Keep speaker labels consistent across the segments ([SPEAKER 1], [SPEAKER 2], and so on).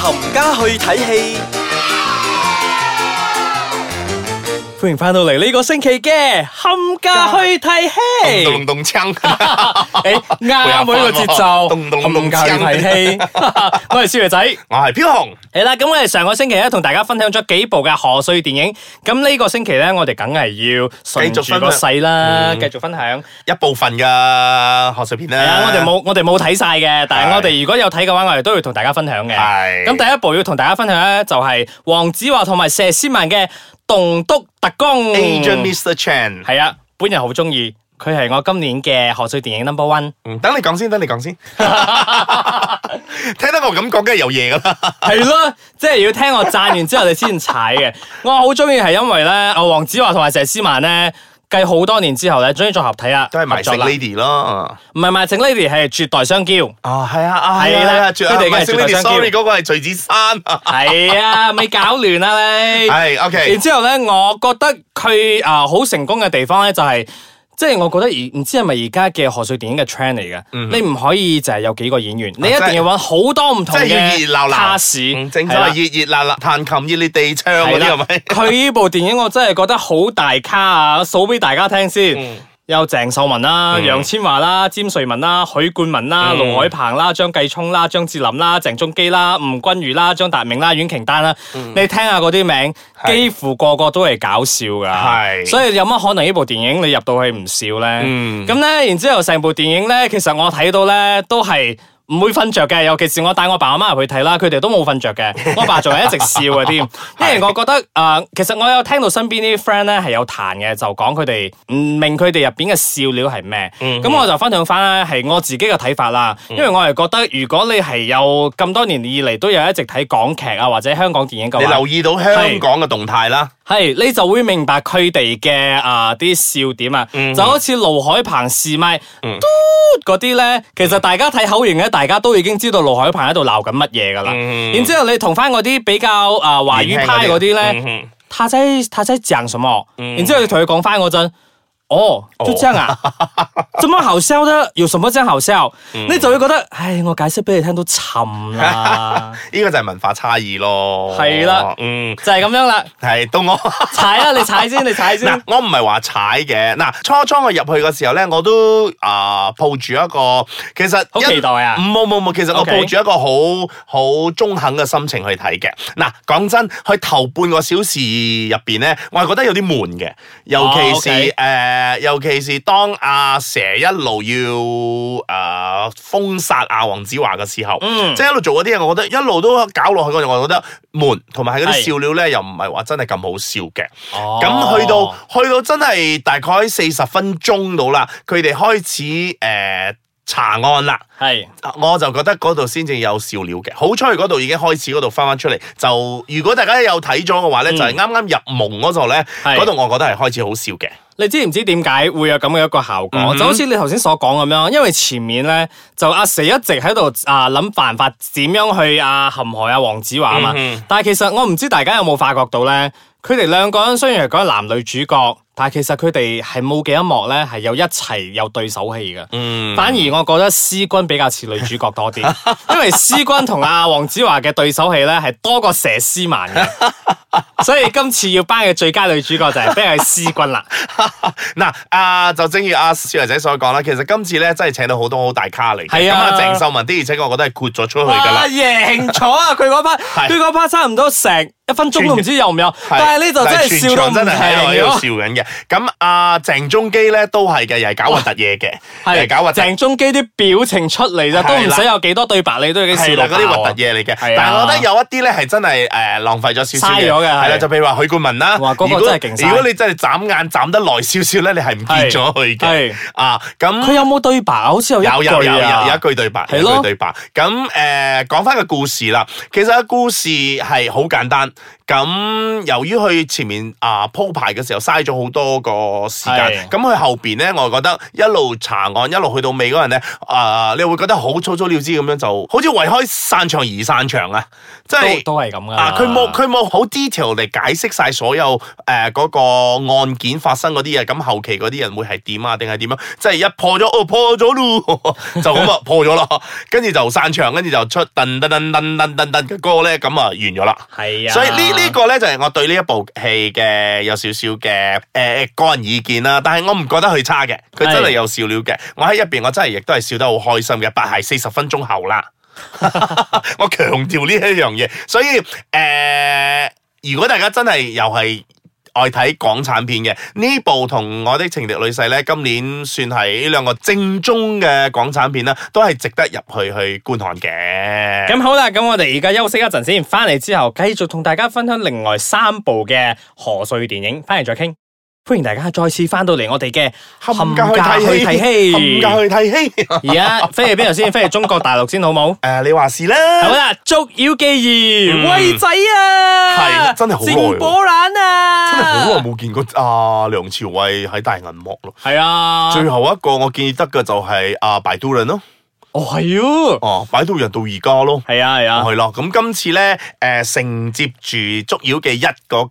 [SPEAKER 1] 冚家去睇戲，歡迎翻到嚟呢個星期嘅冚家去睇戲。
[SPEAKER 2] 咚咚 鏘，
[SPEAKER 1] 誒啱喎呢個節奏，
[SPEAKER 2] 咚咚
[SPEAKER 1] 冚家去睇戲。 我係少爺仔。
[SPEAKER 2] 我係飄紅，
[SPEAKER 1] 係啦，咁我哋上個星期咧同大家分享咗幾部嘅賀歲電影，咁呢個星期咧我哋梗係要順
[SPEAKER 2] 繼續
[SPEAKER 1] 住
[SPEAKER 2] 分享
[SPEAKER 1] 個勢啦，
[SPEAKER 2] 嗯
[SPEAKER 1] 繼續分享。
[SPEAKER 2] 一部分嘅賀歲片
[SPEAKER 1] 係啊，
[SPEAKER 2] 啦，
[SPEAKER 1] 我哋冇我哋冇睇晒嘅，但係
[SPEAKER 2] 係
[SPEAKER 1] 我哋如果有睇嘅話，我哋都要同大家分享嘅。
[SPEAKER 2] 係
[SPEAKER 1] 咁第一部要同大家分享咧，就係黃子華同埋佘詩曼嘅《棟篤特工》。
[SPEAKER 2] Agent Mr. Chan，
[SPEAKER 1] 係啊，本人好中意，佢係我今年嘅賀歲電影 number one。
[SPEAKER 2] 嗯等你講先，等你講先， 聽得我咁講，梗係有嘢噶啦，
[SPEAKER 1] 係咯， 即係要聽我讚完之後你先踩嘅。我好中意係因為咧，阿黃子華同埋佘詩曼咧。繼好多年之後咧，終於再合體啦，
[SPEAKER 2] 都係埋
[SPEAKER 1] 合作
[SPEAKER 2] 食
[SPEAKER 1] 啦
[SPEAKER 2] Lady 咯，
[SPEAKER 1] 唔係埋正 lady 係絕代雙 驕，
[SPEAKER 2] 啊係啊啊
[SPEAKER 1] 係啦
[SPEAKER 2] 絕
[SPEAKER 1] 佢哋嘅
[SPEAKER 2] 埋食
[SPEAKER 1] 絕對
[SPEAKER 2] Lady
[SPEAKER 1] 相叫
[SPEAKER 2] sorry 嗰個係 徐子珊，
[SPEAKER 1] 係啊，咪搞亂啦你。
[SPEAKER 2] 係
[SPEAKER 1] 然
[SPEAKER 2] OK，
[SPEAKER 1] 之後咧，我覺得佢啊好成功嘅地方咧，就係、即係我覺得而唔知係咪而家嘅賀歲電影嘅 trend 嚟嘅，你唔可以就係有幾個演員，你一
[SPEAKER 2] 嗯即係
[SPEAKER 1] 定要揾好多唔同
[SPEAKER 2] 即係要熱
[SPEAKER 1] 嘅
[SPEAKER 2] 熱鬧鬧，嗯
[SPEAKER 1] cast，
[SPEAKER 2] 正所
[SPEAKER 1] 係啦
[SPEAKER 2] 謂熱熱鬧鬧，彈琴熱烈地唱嗰
[SPEAKER 1] 係
[SPEAKER 2] 啲係
[SPEAKER 1] 啦
[SPEAKER 2] 咪？
[SPEAKER 1] 佢呢部電影我真係覺得好大咖啊！數俾大家聽先。有鄭秀文啦、
[SPEAKER 2] 嗯
[SPEAKER 1] 楊千嬅啦、詹瑞文啦、許冠文啦、
[SPEAKER 2] 嗯
[SPEAKER 1] 盧海鵬啦、張繼聰啦、張智霖啦、鄭中基啦、吳君如啦、張達明啦、阮瓊丹啦，你聽下嗰啲名，
[SPEAKER 2] 嗯係
[SPEAKER 1] 幾乎個個都係搞笑㗎，
[SPEAKER 2] 係
[SPEAKER 1] 所以有乜可能呢部電影你入到去唔笑呢？
[SPEAKER 2] 嗯
[SPEAKER 1] 咁呢，然之後成部電影呢，其實我睇到呢都係。唔會瞓着嘅，尤其是我帶我爸我媽入去睇啦，佢哋都冇瞓着 嘅。我爸仲係一直笑嘅添，因為我覺得啊、呃其實我有聽到身邊啲 friend 咧係有彈嘅，就講佢哋唔明佢哋入邊嘅笑料係咩。
[SPEAKER 2] 嗯
[SPEAKER 1] 咁、我就分享翻咧係我自己嘅睇法啦，因為我係覺得如果你係有咁多年以嚟都有一直睇港劇啊或者香港電影嘅
[SPEAKER 2] 你
[SPEAKER 1] 話
[SPEAKER 2] 留，意到香港嘅動態啦，
[SPEAKER 1] 係你就會明白佢哋嘅啊啲笑點啊，
[SPEAKER 2] 嗯
[SPEAKER 1] 就好似盧海鵬試麥。
[SPEAKER 2] 嗯
[SPEAKER 1] 嗰啲咧，其實大家睇口型咧，大家都已經知道盧海鵬喺度鬧緊乜嘢噶啦。
[SPEAKER 2] 嗯
[SPEAKER 1] 然之後你同翻嗰啲比較啊華語派嗰啲咧，
[SPEAKER 2] 咧。
[SPEAKER 1] 他仔他仔講什麼？
[SPEAKER 2] 嗯
[SPEAKER 1] 然之後你同佢講翻嗰陣，哦，就這樣 啊，怎麼好笑呢？有什麼真好笑？
[SPEAKER 2] 嗯
[SPEAKER 1] 你就會覺得，唉，我解釋俾你聽都沉 啦，
[SPEAKER 2] 呢個就係文化差異咯。
[SPEAKER 1] 係啦
[SPEAKER 2] 嗯，
[SPEAKER 1] 就係咁樣啦。
[SPEAKER 2] 係到我
[SPEAKER 1] 踩啊啦，你踩先，你踩先。
[SPEAKER 2] 嗱，我唔係話踩嘅。嗱，初初我入去嘅時候咧，我都啊、抱住一個其實
[SPEAKER 1] 好
[SPEAKER 2] 一
[SPEAKER 1] 期待啊
[SPEAKER 2] 冇冇冇，其實我
[SPEAKER 1] OK
[SPEAKER 2] 抱住一個好好中肯嘅心情去睇嘅。嗱，講真，去頭半個小時入邊咧，我係覺得有啲悶嘅，尤其是
[SPEAKER 1] 哦，OK
[SPEAKER 2] 誒、呃尤其是當阿蛇一路要啊、封殺阿黃子華嘅時候，
[SPEAKER 1] 嗯
[SPEAKER 2] 即係一路做嗰啲嘢，我覺得一路都搞落去嗰陣，我覺得悶，同埋係嗰
[SPEAKER 1] 係
[SPEAKER 2] 啲笑料咧，又唔係話真係咁好笑嘅。咁
[SPEAKER 1] 咁
[SPEAKER 2] 去到去到真係大概四十分鐘到啦，佢哋開始誒、呃查案啦。
[SPEAKER 1] 係
[SPEAKER 2] 我就覺得嗰度先至有笑料嘅，好彩嗰度已經開始嗰度翻翻出嚟。就如果大家有睇咗嘅話咧，
[SPEAKER 1] 嗯
[SPEAKER 2] 就係啱啱入夢嗰度咧，
[SPEAKER 1] 係
[SPEAKER 2] 嗰度我覺得係開始好笑嘅。
[SPEAKER 1] 你知唔知點解會有咁嘅一個效果？
[SPEAKER 2] 嗯哼
[SPEAKER 1] 就好似你頭先所講咁樣，因為前面咧就阿蛇一直喺度啊諗辦法點樣去啊陷害阿黃子華啊嘛。
[SPEAKER 2] 嗯哼
[SPEAKER 1] 但係其實我唔知大家有冇發覺到咧，佢哋兩個人雖然係講男女主角，但係其實佢哋係冇幾多幕咧係有一齊有對手戲嘅。
[SPEAKER 2] 嗯
[SPEAKER 1] 反而我覺得思君比較似女主角多 啲，因為思君同阿黃子華嘅對手戲咧係多過佘詩曼 嘅，所以今次要頒嘅最佳女主角就係俾佢思君啦。
[SPEAKER 2] 嗱，啊就正如阿少爺仔所講啦，其實今次咧真係請到好多好大咖嚟嘅。
[SPEAKER 1] 係啊
[SPEAKER 2] 咁啊，鄭秀文的而且確我覺得係豁咗出去㗎
[SPEAKER 1] 哇！
[SPEAKER 2] 啦。
[SPEAKER 1] 贏咗啊！佢嗰 part，
[SPEAKER 2] 係
[SPEAKER 1] 佢嗰 part 差唔多成一分鐘都唔知有唔有，但係呢就真係笑到唔
[SPEAKER 2] 但係全場真係喺度喺度
[SPEAKER 1] 停啊
[SPEAKER 2] 笑緊嘅。咁阿鄭中基咧都係嘅，又係搞核突嘢嘅，又係搞核突。
[SPEAKER 1] 鄭中基啲表情出嚟咋，都唔
[SPEAKER 2] 係啦
[SPEAKER 1] 使有幾多對白，你都已經笑
[SPEAKER 2] 係啦，
[SPEAKER 1] 到
[SPEAKER 2] 嗰啲
[SPEAKER 1] 爆
[SPEAKER 2] 核
[SPEAKER 1] 啊
[SPEAKER 2] 突！嘢嚟嘅，
[SPEAKER 1] 係啊
[SPEAKER 2] 但係我覺得有一啲咧係真係誒浪費咗少少
[SPEAKER 1] 嘥咗嘅
[SPEAKER 2] 係
[SPEAKER 1] 係
[SPEAKER 2] 啦，就譬如話許冠文啦，
[SPEAKER 1] 哇嗰個
[SPEAKER 2] 如果
[SPEAKER 1] 真係勁嘥
[SPEAKER 2] 如果你真係眨眼眨得耐少少咧，你係唔見咗佢嘅
[SPEAKER 1] 係
[SPEAKER 2] 啊。咁
[SPEAKER 1] 佢有冇對白啊？好似有一
[SPEAKER 2] 有有有
[SPEAKER 1] 句
[SPEAKER 2] 有
[SPEAKER 1] 啊
[SPEAKER 2] 有一句對白，
[SPEAKER 1] 係
[SPEAKER 2] 有一
[SPEAKER 1] 咯
[SPEAKER 2] 句對白。咁誒講翻個故事啦，其實個故事係好簡單。咁由於佢前面啊鋪排嘅時候嘥咗好多個時
[SPEAKER 1] 係
[SPEAKER 2] 間，咁佢後邊咧，我覺得一路查案一路去到尾嗰陣咧，啊、你會覺得好草草了之咁樣就，好似為開散場而散場啊！即係
[SPEAKER 1] 都都係咁噶啦
[SPEAKER 2] 啊啊，佢冇佢冇好 detail 嚟解釋晒所有誒嗰、個案件發生嗰啲嘢，咁後期嗰啲人會係點啊？定係點樣？即係一破咗，哦破咗咯， 就咁啊破咗啦，跟住就散場，跟住就出噔噔噔噔噔噔噔嘅歌咧，咁啊完咗啦。
[SPEAKER 1] 係啊，
[SPEAKER 2] 所以呢呢、個咧就係我對呢一部戲嘅有少少嘅誒個人意見啦，但係我唔覺得佢差嘅，佢真係有笑料嘅。我喺入邊我真係亦都係笑得好開心嘅，但係四十分鐘後啦， 我強調呢一樣嘢。所以誒、呃如果大家真係又係。愛睇港產片嘅呢部同我的情敵女婿咧，今年算係呢兩個正宗嘅港產片啦，都係值得入去去觀看嘅。
[SPEAKER 1] 咁好啦，咁我哋而家休息一陣先，翻嚟之後繼續同大家分享另外三部嘅賀歲電影，翻嚟再傾。歡迎大家再次翻到嚟我哋嘅
[SPEAKER 2] 冚家去睇戲，冚家去 睇戲。
[SPEAKER 1] 而家飛去邊度先？飛去中國大陸先好 冇？
[SPEAKER 2] 诶、你話是啦，
[SPEAKER 1] 好啦，捉妖記
[SPEAKER 2] 嗯
[SPEAKER 1] 二，威仔啊，
[SPEAKER 2] 係真係好耐喎
[SPEAKER 1] 戰火冷啊，
[SPEAKER 2] 真係好耐冇見過阿、梁朝偉喺大銀幕咯。
[SPEAKER 1] 係啊，
[SPEAKER 2] 最後一個我建議得嘅就係阿擺渡人咯，
[SPEAKER 1] 哦係喎，
[SPEAKER 2] 哦、擺渡人到而家咯。
[SPEAKER 1] 係啊係啊，
[SPEAKER 2] 係咯，咁今次咧，誒、承接住《捉妖記一》嗰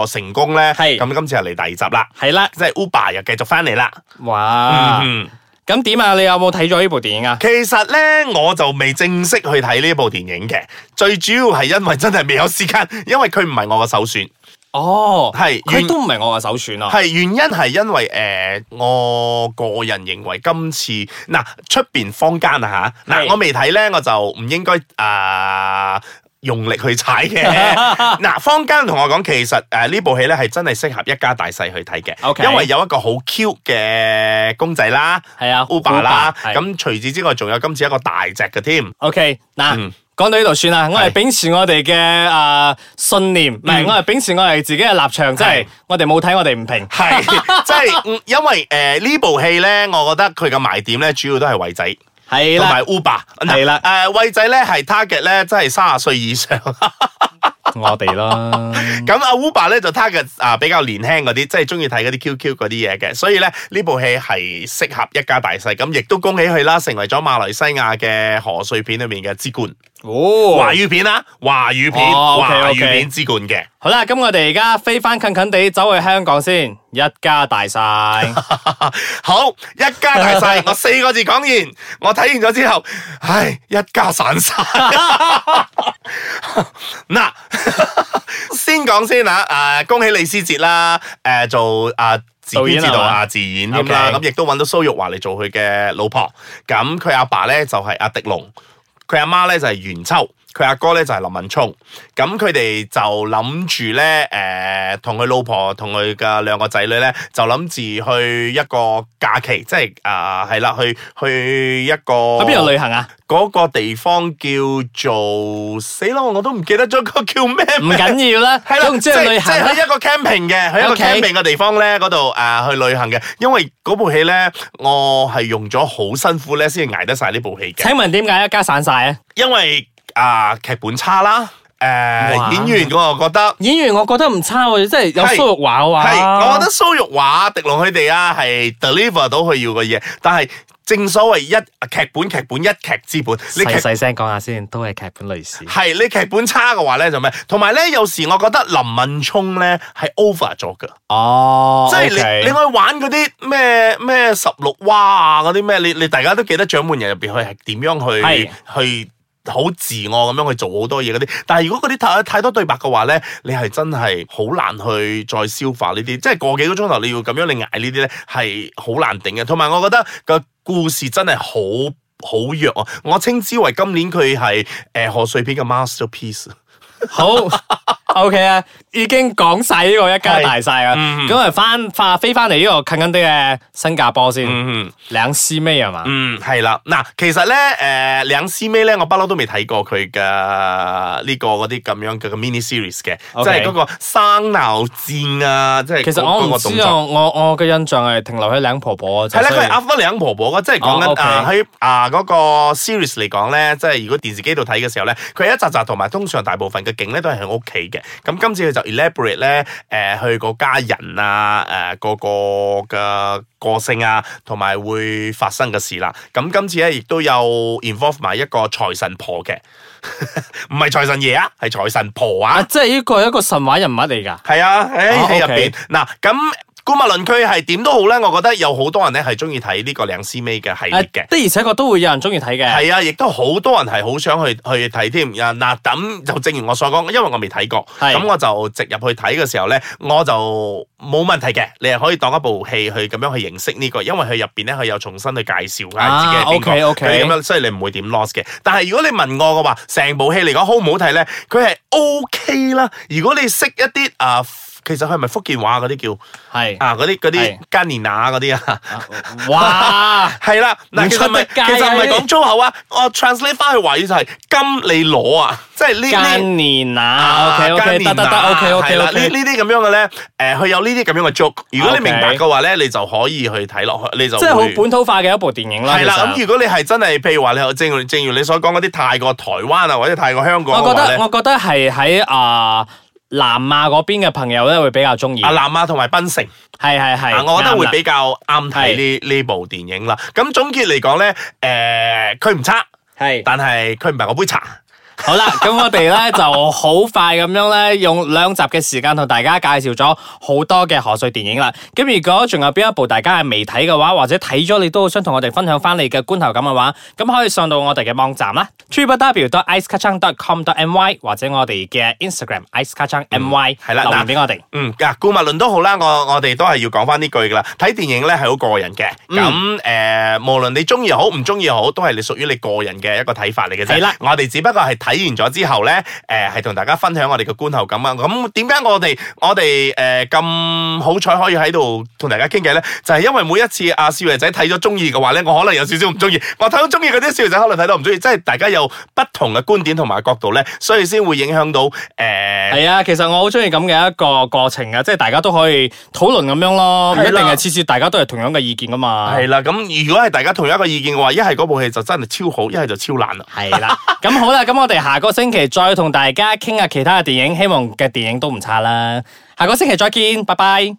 [SPEAKER 2] 個成功咧，
[SPEAKER 1] 係
[SPEAKER 2] 咁今次係嚟第二集啦，
[SPEAKER 1] 係啦，
[SPEAKER 2] 即係 Uber 又繼續翻嚟啦。
[SPEAKER 1] 哇，
[SPEAKER 2] 嗯
[SPEAKER 1] 咁點啊？你有冇睇咗呢部電影啊？
[SPEAKER 2] 其實咧，我就未正式去睇呢部電影嘅，最主要係因為真係未有時間，因為佢唔係我嘅首選，
[SPEAKER 1] 哦，
[SPEAKER 2] 係原
[SPEAKER 1] 佢都唔係我嘅首選啊，
[SPEAKER 2] 係原因係因為誒、呃我個人認為今次嗱出邊坊間啊嚇，嗱
[SPEAKER 1] 係
[SPEAKER 2] 我未睇咧，我就唔應該啊。用力去踩 嘅，嗱，坊間同我講，其實誒呢部戲咧係真係適合一家大細去睇嘅
[SPEAKER 1] OK
[SPEAKER 2] 因為有一個好 cute 嘅公仔啦
[SPEAKER 1] 係啊
[SPEAKER 2] ，Uber 啦，
[SPEAKER 1] Uber，係
[SPEAKER 2] 咁除此之外，仲有今次一個大隻嘅添，
[SPEAKER 1] OK，嗱
[SPEAKER 2] 嗯。
[SPEAKER 1] 講到呢度算啦，我
[SPEAKER 2] 係
[SPEAKER 1] 係秉持我哋嘅啊信念，唔係
[SPEAKER 2] 嗯
[SPEAKER 1] 我係秉持我哋自己嘅立場，即
[SPEAKER 2] 係
[SPEAKER 1] 係我哋冇睇我哋唔評。
[SPEAKER 2] 係 即係嗯因為誒呢部戲咧，我覺得佢嘅賣點咧，主要都係偉仔。
[SPEAKER 1] 係
[SPEAKER 2] 同
[SPEAKER 1] 啦
[SPEAKER 2] 埋，Uber
[SPEAKER 1] 係啦
[SPEAKER 2] 誒惠呃仔咧係 target 咧，真係三十歲 以上。
[SPEAKER 1] 我哋啦。
[SPEAKER 2] 咁阿 Uber 咧就 target 啊比較年輕嗰啲，即係中意睇嗰啲 QQ 嗰啲嘢嘅。所以咧呢部戲係適合一家大細。咁亦都恭喜佢啦，成為咗馬來西亞嘅賀歲片裏面嘅之冠，
[SPEAKER 1] 哦，
[SPEAKER 2] 華語片啦，華語片，
[SPEAKER 1] 哦
[SPEAKER 2] 華
[SPEAKER 1] ，OK，
[SPEAKER 2] 語
[SPEAKER 1] OK
[SPEAKER 2] 片之冠嘅。
[SPEAKER 1] 好啦，咁我哋而家飛翻近近地走去香港先，一家大晒。
[SPEAKER 2] 好，一家 大細，我四個字講完，我睇完咗之後，唉，一家散晒。 嗱， 先講先啊，诶、恭喜李思捷啦，诶、做啊。自
[SPEAKER 1] 導
[SPEAKER 2] 編
[SPEAKER 1] 演
[SPEAKER 2] 自導
[SPEAKER 1] 係嘛
[SPEAKER 2] 啊，自演添啦，
[SPEAKER 1] OK
[SPEAKER 2] 咁亦都揾到蘇玉華嚟做佢嘅老婆。咁佢阿爸咧就係阿迪龍，佢阿媽咧就係袁秋，佢阿哥咧就係林文聰。咁佢哋就諗住咧，誒、同佢老婆同佢嘅兩個仔女咧，就諗住去一個假期，即係啊，係、啦，去去一個
[SPEAKER 1] 去邊度旅行啊？
[SPEAKER 2] 嗰個地方叫做死咯，我都唔記得咗個叫咩
[SPEAKER 1] 唔
[SPEAKER 2] 名。
[SPEAKER 1] 緊要啦，
[SPEAKER 2] 係啦，
[SPEAKER 1] 總
[SPEAKER 2] 即
[SPEAKER 1] 之去
[SPEAKER 2] 係
[SPEAKER 1] 旅
[SPEAKER 2] 即
[SPEAKER 1] 行
[SPEAKER 2] 係
[SPEAKER 1] 啦
[SPEAKER 2] 去。一個 camping 嘅，去一個
[SPEAKER 1] OK
[SPEAKER 2] camping 嘅地方咧，嗰度誒去旅行嘅。因為嗰部戲咧，我係用咗好辛苦咧，先至捱得晒呢部戲嘅。
[SPEAKER 1] 請問點解一家散晒啊？
[SPEAKER 2] 因為啊劇本差啦，
[SPEAKER 1] 哇
[SPEAKER 2] 誒演員我覺得。
[SPEAKER 1] 演員我覺得唔差喎，即係有
[SPEAKER 2] 係
[SPEAKER 1] 蘇玉華嘅話，
[SPEAKER 2] 係，我覺得蘇玉華、迪龍佢哋啊，係 deliver 到佢要嘅嘢，但係正所謂一劇本劇本一劇之本，你劇
[SPEAKER 1] 細細聲講下先，都係劇本類似。
[SPEAKER 2] 係你劇本差嘅話咧就咩？同埋咧有時我覺得林敏聰咧係 over 咗嘅，
[SPEAKER 1] 哦，
[SPEAKER 2] 即係
[SPEAKER 1] OK
[SPEAKER 2] 你你去玩嗰啲咩咩十六蛙啊嗰啲咩，你你大家都記得掌門人入邊佢係點樣去
[SPEAKER 1] 係
[SPEAKER 2] 去。好自我咁樣去做好多嘢嗰啲，但係如果嗰啲太太多對白嘅話咧，你係真係好難去再消化呢啲，即係個幾個鐘頭你要咁樣你捱呢啲咧係好難頂嘅。同埋我覺得個故事真係好好弱啊！我稱之為今年佢係誒賀歲片嘅 masterpiece。
[SPEAKER 1] 好 OK 啊，已經講晒呢個一家大晒啊。
[SPEAKER 2] 嗯
[SPEAKER 1] 咁啊，翻翻飛翻嚟呢個近近地嘅新加坡先，
[SPEAKER 2] 嗯。
[SPEAKER 1] 兩師妹係嘛？
[SPEAKER 2] 嗯，係啦，嗱，其實咧，誒、兩師妹咧，我不嬲都未睇過佢嘅呢個嗰啲咁樣嘅 mini series 嘅
[SPEAKER 1] OK
[SPEAKER 2] 即係嗰個生鬧戰啊，即係
[SPEAKER 1] 其實
[SPEAKER 2] 嗰
[SPEAKER 1] 我唔
[SPEAKER 2] 嗰個動
[SPEAKER 1] 知
[SPEAKER 2] 作
[SPEAKER 1] 啊，我我嘅印象係停留喺兩婆婆嗰陣。
[SPEAKER 2] 係啦，佢
[SPEAKER 1] 所以
[SPEAKER 2] 係阿芬兩婆婆嘅，即係講
[SPEAKER 1] 哦
[SPEAKER 2] 緊
[SPEAKER 1] ，OK
[SPEAKER 2] 啊喺啊嗰個 series 嚟講咧，即係如果電視機度睇嘅時候咧，佢一集集同埋通常大部分嘅景咧都係喺屋企嘅。咁今次佢就 elaborate 咧，誒、去個家人啊，誒、個個嘅個性啊，同埋
[SPEAKER 1] 嗯
[SPEAKER 2] 會發生嘅事啦。咁今次咧亦都有 involve 埋一個財神婆嘅。唔係財神爺啊，係財神婆
[SPEAKER 1] 啊，
[SPEAKER 2] 啊，
[SPEAKER 1] 即系呢个係一个神话人物嚟噶。
[SPEAKER 2] 係啊，
[SPEAKER 1] 哦
[SPEAKER 2] 喺戲入
[SPEAKER 1] OK
[SPEAKER 2] 邊嗱咁。古物論區係點都好咧，我覺得有好多人咧係中意睇呢個靚師妹嘅系列
[SPEAKER 1] 啊
[SPEAKER 2] 嘅
[SPEAKER 1] 的。而且確都會有人中意睇嘅。
[SPEAKER 2] 係啊，亦都好多人係好想去去睇添。啊嗱，咁就正如我所講，因為我未睇過，
[SPEAKER 1] 係
[SPEAKER 2] 咁我就直入去睇嘅時候咧，我就冇問題嘅。你係可以當一部戲去咁樣去認識呢、個，因為佢入邊咧佢有重新去介紹
[SPEAKER 1] 啊
[SPEAKER 2] 翻自己係邊個
[SPEAKER 1] OK，OK
[SPEAKER 2] 佢咁樣，所以你唔會點 loss 嘅。但係如果你問我嘅話，成部戲嚟講好唔好睇咧，佢係 OK 啦。如果你識一啲啊，其實佢係咪福建話嗰
[SPEAKER 1] 係
[SPEAKER 2] 啲叫啊嗰啲嗰啲
[SPEAKER 1] 係
[SPEAKER 2] 加連雅嗰啲啊？
[SPEAKER 1] 哇！
[SPEAKER 2] 系啦，
[SPEAKER 1] 唔
[SPEAKER 2] 嗱，其
[SPEAKER 1] 出
[SPEAKER 2] 實唔
[SPEAKER 1] 得
[SPEAKER 2] 係，
[SPEAKER 1] 街啊
[SPEAKER 2] 其實唔係
[SPEAKER 1] 呢啲
[SPEAKER 2] 講粗口啊，我 translate 翻去華語就係金你攞啊，即係呢呢
[SPEAKER 1] 奸年啊，OK OK，
[SPEAKER 2] 奸
[SPEAKER 1] 得
[SPEAKER 2] 言
[SPEAKER 1] 得得
[SPEAKER 2] 啊
[SPEAKER 1] ，OK
[SPEAKER 2] 係
[SPEAKER 1] OK
[SPEAKER 2] 啦呢
[SPEAKER 1] OK，
[SPEAKER 2] 呢啲咁樣嘅咧，誒，佢有呢啲咁樣嘅 joke，如果
[SPEAKER 1] OK
[SPEAKER 2] 你明白嘅話咧，你就可以去睇落去，你就
[SPEAKER 1] 即係好
[SPEAKER 2] 會
[SPEAKER 1] 本土化嘅一部電影啦。
[SPEAKER 2] 係啦，咁
[SPEAKER 1] 其實
[SPEAKER 2] 如果你係真係，譬如話你正如正如你所講嗰啲泰國、台灣啊，或者泰國香港
[SPEAKER 1] 我
[SPEAKER 2] 嘅
[SPEAKER 1] 覺
[SPEAKER 2] 話
[SPEAKER 1] 得
[SPEAKER 2] 咧，
[SPEAKER 1] 我覺得係喺啊南亞嗰邊嘅朋友咧會比較中意。
[SPEAKER 2] 啊
[SPEAKER 1] 係
[SPEAKER 2] 南亞同埋檳城。
[SPEAKER 1] 係係，
[SPEAKER 2] 啊，我覺
[SPEAKER 1] 啱
[SPEAKER 2] 得會
[SPEAKER 1] 啦
[SPEAKER 2] 比較啱睇呢呢部電影啦。咁總結嚟講咧，誒佢唔差，
[SPEAKER 1] 係
[SPEAKER 2] 但係佢唔係我杯茶。
[SPEAKER 1] 好啦，咁我哋咧就好快咁樣咧，用兩集嘅時間同大家介紹咗好多嘅賀歲電影啦。咁如果仲有邊一部大家係未睇嘅話，或者睇咗你都好想同我哋分享翻你嘅觀後感嘅話，咁可以上到我哋嘅網站啦 t r i p w d i c e k a c h a n g c o m m y 或者我哋嘅 Instagram i c e k a c h a n g m y
[SPEAKER 2] 係啦
[SPEAKER 1] 留言
[SPEAKER 2] 嗱
[SPEAKER 1] 俾我哋。
[SPEAKER 2] 嗯，嗱，顧物論都好啦，我我哋都係要講翻呢句噶啦。睇電影咧係好個人嘅，
[SPEAKER 1] 嗯
[SPEAKER 2] 咁誒、呃，無論你中意又好，唔中意又好，都係你屬於你個人嘅一個睇法嚟嘅啫。
[SPEAKER 1] 係啦
[SPEAKER 2] 我哋只不過係睇完咗之後咧，誒、係同大家分享我哋嘅觀後感啊。咁點解我哋我哋誒咁好彩可以喺度同大家傾偈咧？就係、因為每一次阿少爺仔睇咗中意嘅話咧，我可能有少少唔中意；我睇到中意嗰啲少爺仔可能睇到唔中意，即係大家有不同嘅觀點同埋角度咧，所以先會影響到誒。呃
[SPEAKER 1] 係啊，其實我好中意咁嘅一個過程啊，即係大家都可以討論咁樣咯，唔一
[SPEAKER 2] 係
[SPEAKER 1] 定
[SPEAKER 2] 啦
[SPEAKER 1] 係次次大家都係同樣嘅意見噶嘛。
[SPEAKER 2] 系啦，咁如果係大家同一個意見嘅話，一係嗰部戲就真係超好，一係就超爛啦。
[SPEAKER 1] 系啦，咁好啦，咁我哋下個星期再同大家傾下其他嘅電影，希望嘅電影都唔差啦。下個星期再見，拜拜。